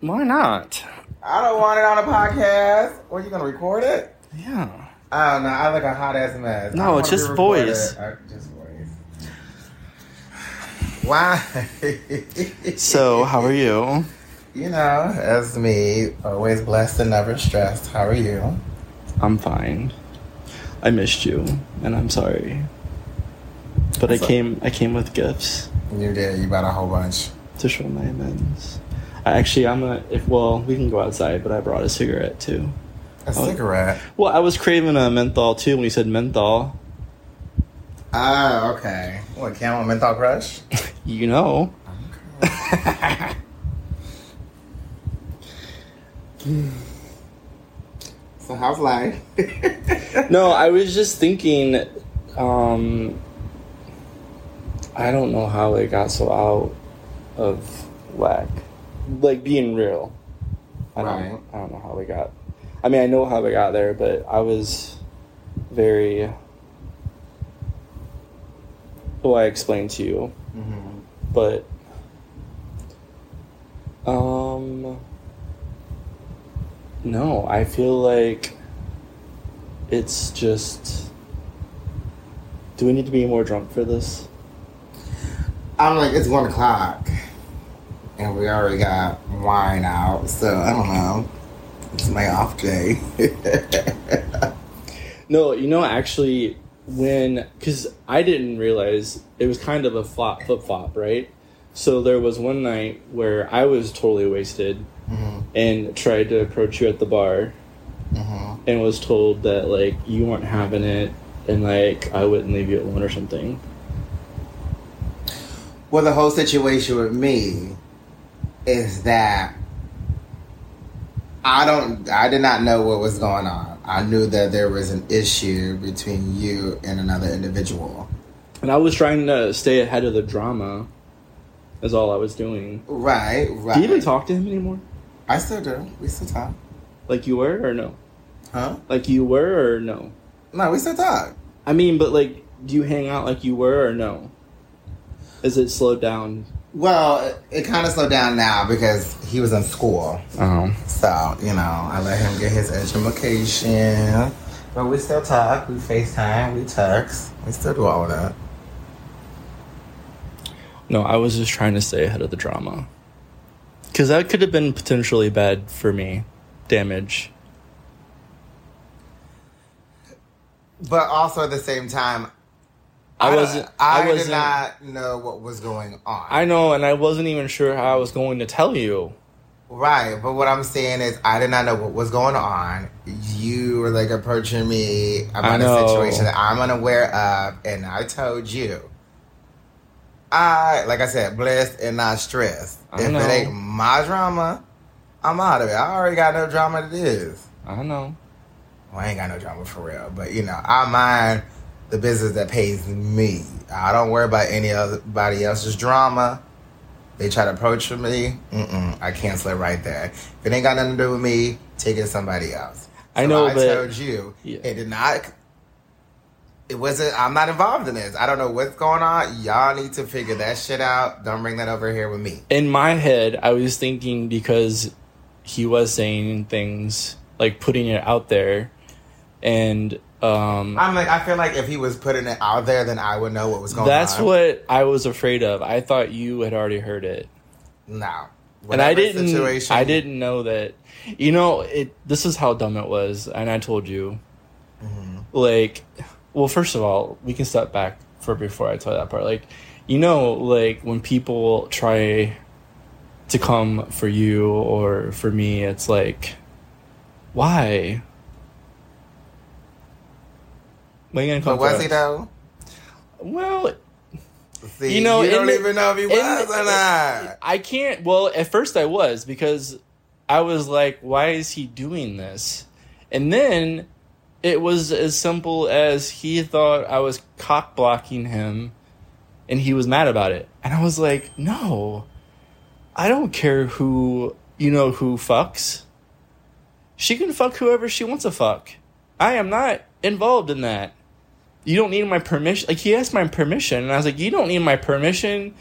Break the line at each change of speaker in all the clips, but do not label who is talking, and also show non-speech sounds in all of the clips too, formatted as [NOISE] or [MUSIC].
Why not?
I don't want it on a podcast. What, you going to record it?
Yeah.
I don't know. I look a hot ass mess.
No,
I don't
it's
wanna
just
be recorded.
voice.
Uh, just voice. Why?
So, how are you?
[LAUGHS] you know, as me, always blessed and never stressed. How are you?
I'm fine. I missed you, and I'm sorry. But I
That's a-
came. I came with gifts
You did. You bought a whole bunch.
to show my amends. I actually, I'm a. If, well, we can go outside, but I brought a cigarette too.
A
Oh.
cigarette.
Well, I was craving a menthol too when you said menthol.
Ah, okay. What, camel menthol
[LAUGHS]
crush?
You know. [LAUGHS]
So how's life? [LAUGHS]
No, I was just thinking. Um, I don't know how it got so out of whack. Like being real, I don't.
Right.
I don't know how we got. I mean, I know how we got there, but I was very. Well, I explained to you,
hmm
but. Um. No, I feel like it's just. Do we need to be more drunk for this?
I'm like, it's one o'clock, and we already got wine out. So I don't know. It's my off day.
Mm-hmm. No, you know, actually, when. Because I didn't realize it was kind of a flop, flip flop, right? So there was one night where I was totally wasted
hmm
and tried to approach you at the bar
hmm
and was told that, like, you weren't having it and, like, I wouldn't leave you alone or something.
Well, the whole situation with me is that I don't, I did not know what was going on. I knew that there was an issue between you and another individual.
And I was trying to stay ahead of the drama, is all I was doing.
Right, right.
Do you even talk to him anymore?
I still do. We still talk.
Like you were or no?
Huh?
Like you were or no?
No, we still talk.
I mean, but like, do you hang out like you were or no? Is it slowed down?
Well, it, it kind of slowed down now because he was in school.
Oh.
Um. So, you know, I let him get his education. But we still talk. We FaceTime. We text. We still do all of that.
No, I was just trying to stay ahead of the drama. Because that could have been potentially bad for me. Damage.
But also at the same time,
I wasn't.
I,
I, wasn't.
did not know what was going on.
I know, and I wasn't even sure how I was going to tell you.
right, but what I'm saying is, I did not know what was going on. You were like approaching me
I
about
know.
a situation that I'm unaware of, and I told you. I, like I said, blessed and not stressed.
I
if
know.
it ain't my drama, I'm out of it. I already got no drama that is.
I know.
Well, I ain't got no drama for real, but you know, I mind the business that pays me. I don't worry about any other- anybody else's drama. They try to approach for me. Mm-mm, I cancel it right there. If it ain't got nothing to do with me, take it to somebody else.
I know,
I
but-
told you
Yeah.
it did not. It wasn't. I'm not involved in this. I don't know what's going on. Y'all need to figure that shit out. Don't bring that over here with me.
in my head, I was thinking because he was saying things like putting it out there, and um,
I'm like, I feel like if he was putting it out there, then I would know what was going on.
that's what I was afraid of. I thought you had already heard it,
No.
and I
Whatever
didn't.
situation-
I didn't know that. You know, it. This is how dumb it was, and I told you.
Mm-hmm.
Like, well, first of all, we can step back for before I tell that part. Like, you know, like when people try to come for you or for me, it's like, why? Why you gonna come
But was
for
he
us?
though?
Well,
See,
You know,
you don't
in the-
even know if he
in
was
the-
or not.
I can't. Well, at first I was because I was like, why is he doing this? And then it was as simple as he thought I was cock blocking him and he was mad about it. And I was like, no, I don't care who, you know, who fucks. She can fuck whoever she wants to fuck. I am not involved in that. You don't need my permission. Like, he asked my permission, and I was like, you don't need my permission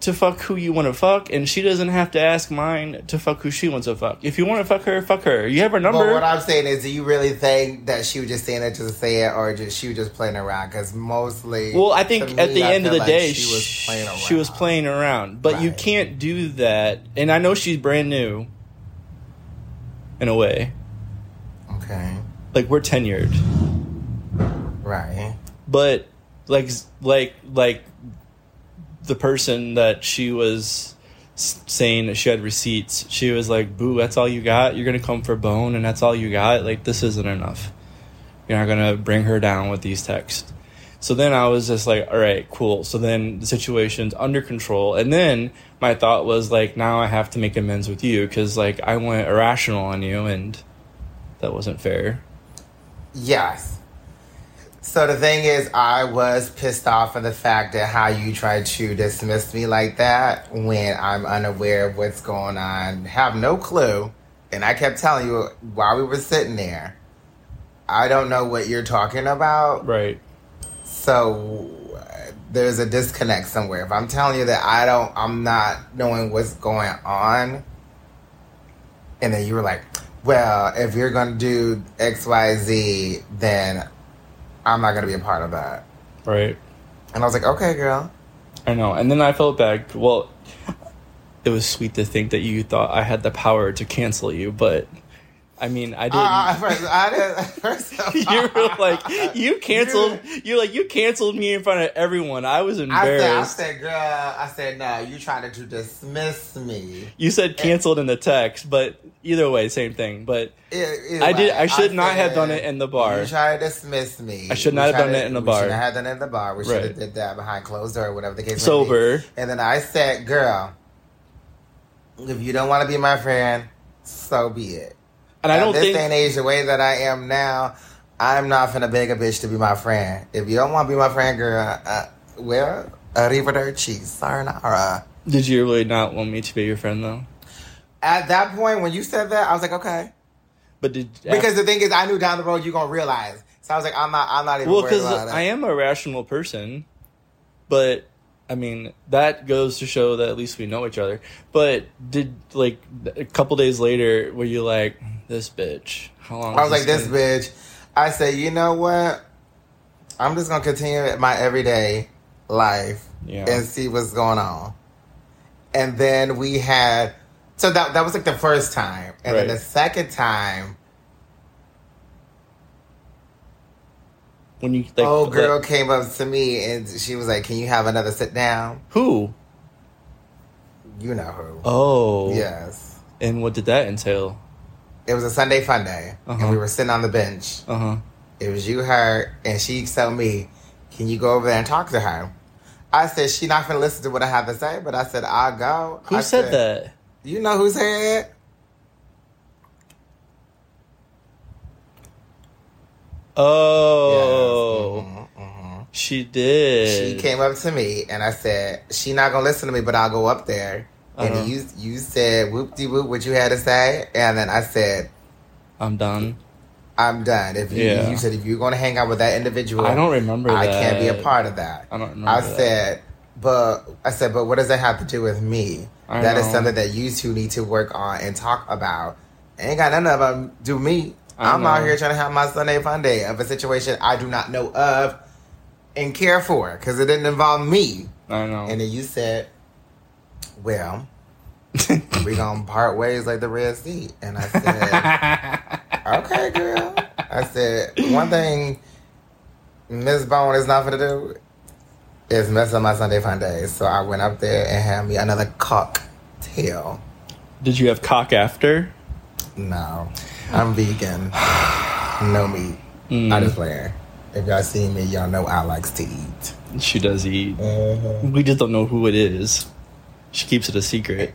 to fuck who you want to fuck, and she doesn't have to ask mine to fuck who she wants to fuck. If you want to fuck her, fuck her. You have her number.
But what I'm saying is, do you really think that she was just saying that just to say it, or just she was just playing around? Because mostly,
Well, I think
to
at
me,
the
I
end of
feel
the
like
day,
she was playing around.
She was playing around, but you
Right.
can't do that. And I know she's brand new, in a way.
Okay,
Like we're tenured,
right.
but like like like the person that she was s- saying that she had receipts. She was like, "Boo, that's all you got. You're gonna come for bone, and that's all you got. Like this isn't enough. You're not gonna bring her down with these texts." So then I was just like, all right, cool. So then the situation's under control. And then my thought was like, now I have to make amends with you because like I went irrational on you and that wasn't fair.
Yes. So the thing is, I was pissed off at the fact that how you tried to dismiss me like that when I'm unaware of what's going on, have no clue. And I kept telling you while we were sitting there, I don't know what you're talking about.
Right.
So uh, there's a disconnect somewhere. If I'm telling you that I don't, I'm not knowing what's going on, and then you were like, "Well, if you're gonna do X, Y, Z, then I'm not gonna be a part of that."
Right.
And I was like, "Okay, girl."
I know. And then I felt bad. Well, it was sweet to think that you thought I had the power to cancel you, but I mean, I didn't.
Uh, [LAUGHS] first, I didn't. First of
[LAUGHS] you
all,
were
[LAUGHS]
like you canceled. You're like you canceled me in front of everyone. I was
I said, I
embarrassed.
said, girl, I said, no, you trying to dismiss me.
You said canceled in the text, but either way, same thing. But
E- either
I did-
way,
I should not have
said,
done it in the bar.
You tried to dismiss me.
I should
We
not have done
tried
it in the
We
bar.
should not have done it in the bar. We should
Right.
have did that behind closed door, whatever the case. may be.
Sober.
And then I said, "Girl, if you don't want to be my friend, so be it."
and I
Now,
don't
this
think
day and age, the way that I am now, I'm not finna beg a bitch to be my friend. If you don't want to be my friend, girl, uh, well, arrivederci, sayonara.
Did you really not want me to be your friend though?
At that point, when you said that, I was like, okay.
But did
Because the thing is, I knew down the road you're gonna realize. So I was like, I'm not, I'm not even
well,
worried
because
about it.
I am a rational person, but I mean that goes to show that at least we know each other. But did like a couple days later, were you like this bitch? How long?
I was like, this
gonna-"
bitch. I said, you know what? I'm just gonna continue my everyday life
Yeah.
and see what's going on. And then we had, so that that was like the first time, and then
Right.
the second time,
When you like,
old Oh, girl
like,
came up to me and she was like, "Can you have another sit down?"
who?
You know who?
Oh,
Yes.
And what did that entail?
It was a Sunday fun day,
Uh-huh.
and we were sitting on the bench.
Uh huh.
It was you, her, and she told me, "Can you go over there and talk to her?" I said, "She not gonna listen to what I have to say," but I said, "I'll go."
Who
I
said that?
You know who said it?
Oh, she did.
mm-hmm. She came up to me and I said, "She not gonna listen to me, but I'll go up there."
Uh-huh.
And you you said, "Whoop de whoop," what you had to say, and then I said,
I'm done.
"I'm done." If you,
Yeah.
you said if you're gonna hang out with that individual,
I don't remember.
I
that.
can't be a part of that.
I don't remember.
I
that.
said, but I said, but what does that have to do with me?
I
That is
know.
something that you two need to work on and talk about. Ain't got nothing about do me.
I
I'm out
know.
here trying to have my Sunday fun day of a situation I do not know of and care for because it didn't involve me.
I know. [LAUGHS]
And then you said, well, we gonna part ways like the Red Sea. And I
[LAUGHS]
said. [LAUGHS] Okay, girl. I said one thing Miss Bone is not gonna do is mess up my Sunday fun days. So I went up there and had me another cocktail.
Did you have cock after?
No, I'm vegan. No meat.
Mm.
I just playing. If y'all see me, y'all know I likes to eat.
She does eat. We just don't know who it is. She keeps it a secret.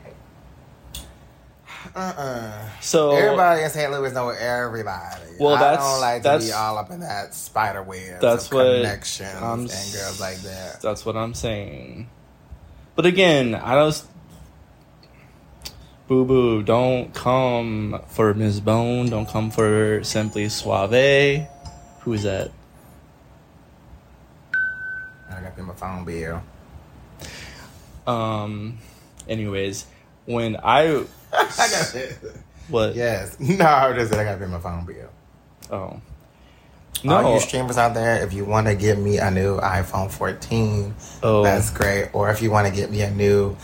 Uh-uh.
So
Everybody in St. Louis know everybody.
Well,
I
that's-
don't like to
that's-
be all up in that spider web.
that's
of
what
connections
I'm
and
s-
girls like that.
that's what I'm saying. But again, I don't. Boo boo, don't come for Ms. Bone. Don't come for Simply Suave. Who is that?
I got to pay my phone bill.
Um, anyways, when I
I got it.
what?
Yes. [LAUGHS] No, I just said I gotta pay my phone bill.
Oh,
All
no.
you streamers out there, if you want to get me a new iPhone 14,
Oh.
that's great. Or if you want to get me a new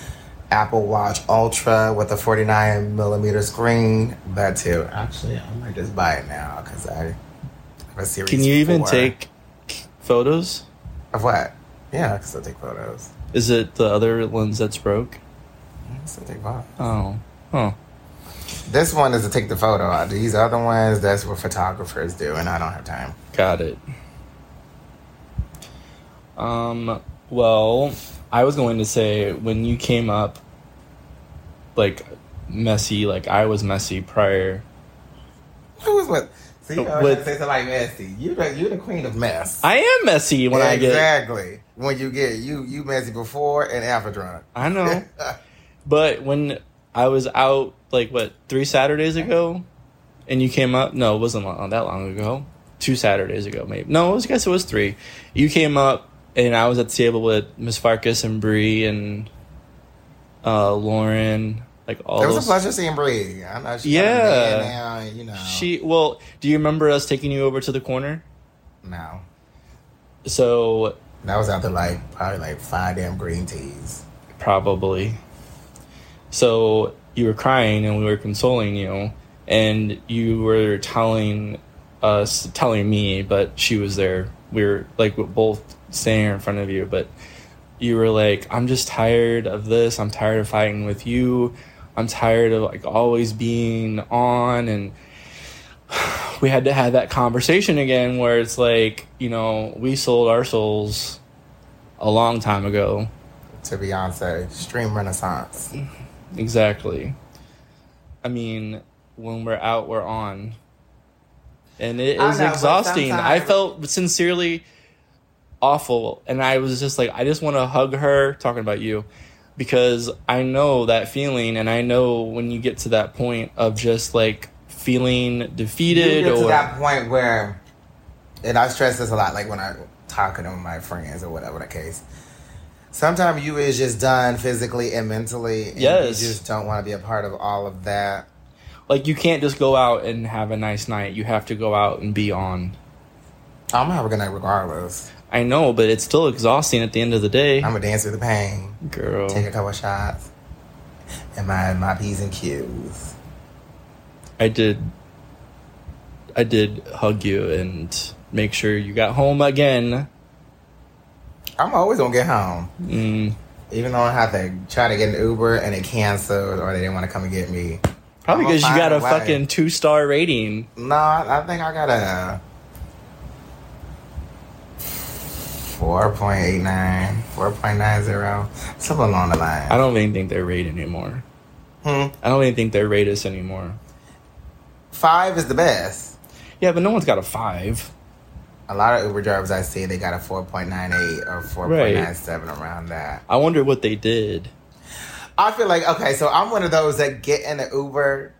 Apple Watch Ultra with a 49 millimeter screen, that too. Actually, I might just buy it now because I have a series.
Can you even
four.
take photos?
of what? Yeah, I can still take photos.
Is it the other lens that's broke?
I can still take photos.
Oh, huh.
This one is to take the photo. These other ones, that's what photographers do, and I don't have time.
Got it. Um, well, I was going to say when you came up like messy, like I was messy prior.
Who was what? See, you always
With-
gotta say something like messy. You the you the queen of mess.
I am messy when I get
exactly when you get you you messy before and after drunk. [LAUGHS]
I know. But when I was out like what, 3 Saturdays ago and you came up? No, it wasn't lo- that long ago. 2 Saturdays ago maybe. No, it was, I guess it was 3. You came up and I was at the table with Miss Farkas and Bree and uh Lauren like all
it was
those
a pleasure seeing Bree. I know she's
Yeah.
yeah. now, and, you know.
She well, do you remember us taking you over to the corner?
no,
So
that was after like probably like five damn green teas.
probably. So you were crying and we were consoling you and you were telling us telling me, but she was there. We were like both standing in front of you, but you were like, I'm just tired of this. I'm tired of fighting with you. I'm tired of like always being on and [SIGHS] we had to have that conversation again where it's like, you know, we sold our souls a long time ago.
To Beyonce, stream renaissance.
Exactly. I mean, when we're out, we're on. And it
I
is
know, but
exhausting. I
sometimes-
felt sincerely awful. And I was just like, I just want to hug her, talking about you, because I know that feeling. And I know when you get to that point of just like feeling
you
defeated
get to
or.
that point where, and I stress this a lot, like when I talking to my friends or whatever the case. Sometimes you is just done physically and mentally. And
Yes.
you just don't want to be a part of all of that.
Like, you can't just go out and have a nice night. You have to go out and be on.
I'm gonna have a good night regardless.
I know, but it's still exhausting at the end of the day.
I'm gonna dance through the pain,
Girl.
take a couple shots, and my my p's and q's.
I did. I did hug you and make sure you got home again.
I'm always gonna get home,
Mm,
even though I have to try to get an Uber and it canceled or they didn't want to come and get me.
probably
I'ma
because you
find
got
a
a
way.
fucking two star rating.
No, I I think I got a. 4.89, 4.90, something along the line.
I don't even think they rate anymore.
Hmm.
I don't even think they rate us anymore.
Five is the best.
Yeah, but no one's got a five.
A lot of Uber drivers I see, they got a 4.98 or 4.97 around that.
I wonder what they did.
I feel like okay, so I'm one of those that get in an Uber,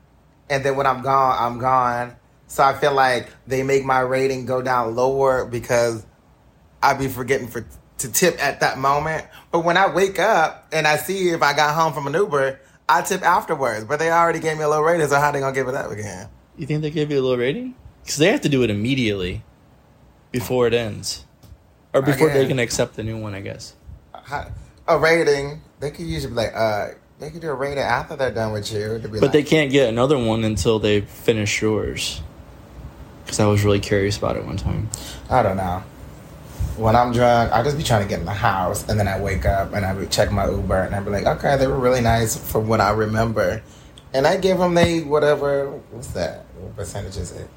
and then when I'm gone, I'm gone. So I feel like they make my rating go down lower because I be forgetting for to tip at that moment. But when I wake up and I see if I got home from an Uber, I tip afterwards. But they already gave me a low rating, so how they gonna give it up again?
You think they gave you a low rating? Because they have to do it immediately, before it ends, or before they
guess.
can accept the new one. I guess.
How, a rating they could usually be like, uh, they could do a rating after they're done with you. To be
But they
like,
can't get another one until they finish yours. Because I was really curious about it one time.
I don't know. When I'm drunk, I just be trying to get in the house, and then I wake up and I would check my Uber, and I'd be like, okay, they were really nice from what I remember, and I give them they whatever. What's that? What percentage is it?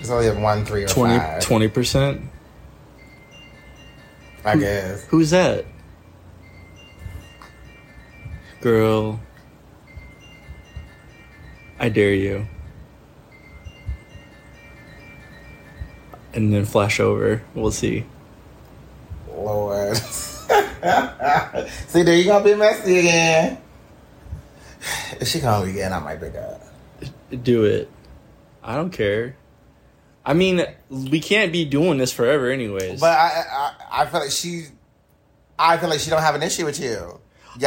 It's only a one, three, or
20
five.
20 percent.
I guess.
Who's that? Girl, I dare you. And then flash over. We'll see.
Lord. [LAUGHS] See, there you gonna be messy again. [SIGHS] If she come again, I might pick up.
Do it. I don't care. I mean, we can't be doing this forever, anyways.
But I, I, I feel like she. I feel like she don't have an issue with you. Y'all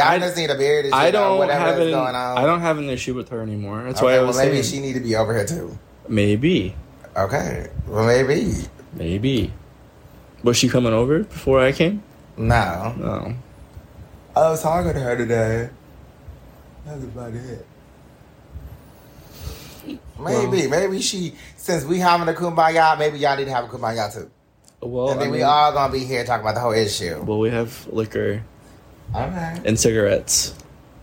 I-
just need to bury this shit
I
or
don't
whatever
have
is
an
going on.
I don't have an issue with her anymore. That's
okay,
why I
well,
was
maybe she
saying
need to be over here too.
maybe,
Okay. Well, maybe.
maybe. Was she coming over before I came?
No.
No.
I was talking to her today. That's about it. Maybe, maybe she. Since we having a kumbaya, maybe y'all need to have a kumbaya too.
Well,
and
I
then we
mean,
all gonna be here talking about the whole issue.
well, we have liquor
Okay.
and cigarettes.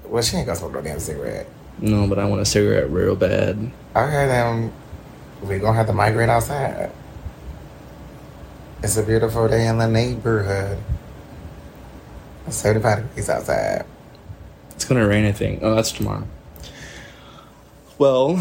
Well, she ain't gonna smoke no damn cigarette.
No, but I want a cigarette real bad.
Okay, then um, we gonna have to migrate outside. It's a beautiful day in the neighborhood. It's 75 degrees outside.
It's gonna rain, I think. Oh, that's tomorrow. Well,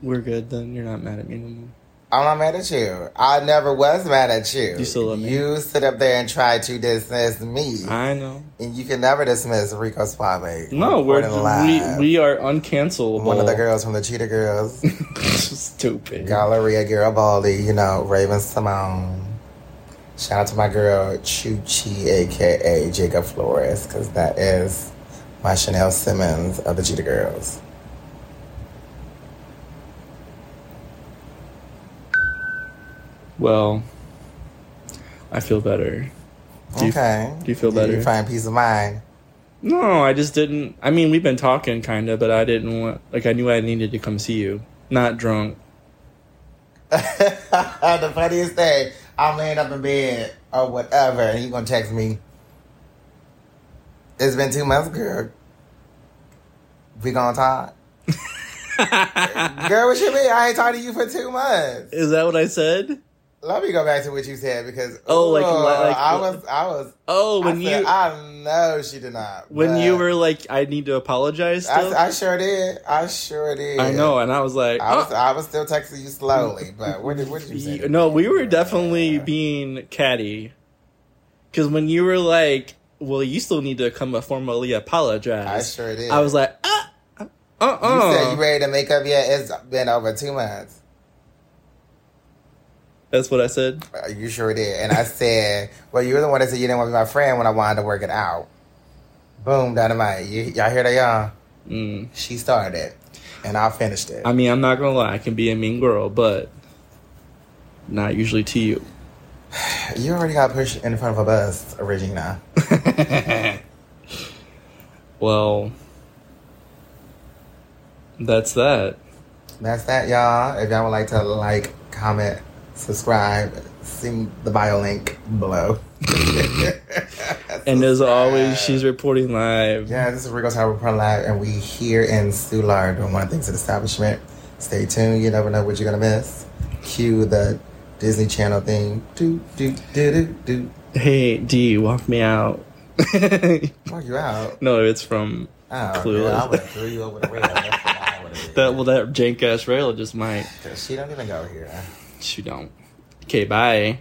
we're good then. You're not mad at me no more.
I'm not mad at you. I never was mad at you.
You still love me?
You sit up there and try to dismiss me.
I know.
and you can never dismiss Rico Suave.
No, we're we, we are uncancelable.
One of the girls from the Cheetah Girls,
[LAUGHS] Stupid.
Galleria Garibaldi, you know, Raven Simone. Shout out to my girl Chuchi, aka Jacob Flores, because that is my Chanel Simmons of the Cheetah Girls.
Well, I feel better. Do you-
okay.
do you feel
Did
better?
You find peace of mind. [LAUGHS]
No, I just didn't. I mean, we've been talking kind of, but I didn't want. Like, I knew I needed to come see you. Not [LAUGHS] drunk.
the funniest thing, I'm laying up in bed or whatever, and you gonna text me. It's been two months, girl. We gonna talk. girl, what you mean? I ain't talked to you for two months.
Is that what I said?
Let me go back to what you said because
Oh, like- like-
I was I was
Oh, when
I
you
said, I know she did not.
when
but
you were like, I need to apologize. Still?
I, I sure did. I sure did.
I know, and I was like,
I was
"Oh."
I was still texting you slowly, but what did what did you say?
You- no, we were definitely being catty. Because when you were like, well, you still need to come formally
I
apologize.
sure did.
I was like, uh, uh,
You
uh.
said you ready to make up yet? It's been over two months.
That's what I said.
Uh, You sure did. And I said, well, you were the one that said you didn't want to be my friend when I wanted to work it out. Boom, dynamite. You, y'all hear that, y'all?
Mm.
She started it, and I finished it.
I mean, I'm not gonna lie, I can be a mean girl, but not usually to you. [LAUGHS]
you already got pushed in front of a bus, Regina.
Well, that's that.
That's that, y'all. If y'all would like to like, comment, subscribe, see the bio link below.
And as always, she's reporting live.
Yeah, this is Rico's Harbor Pro Live, and we here in Soulard doing one of the things at establishment. Stay tuned. You never know what you're gonna miss. Cue the Disney Channel theme. Do do do do do.
Hey, D, walk me out. [LAUGHS]
Walk you out.
no, it's from
Oh,
Clueless.
girl, I would have threw you over the rail. That's what I would have
that. Well, that jank ass rail just might.
She don't even go here.
She don't. Okay, bye.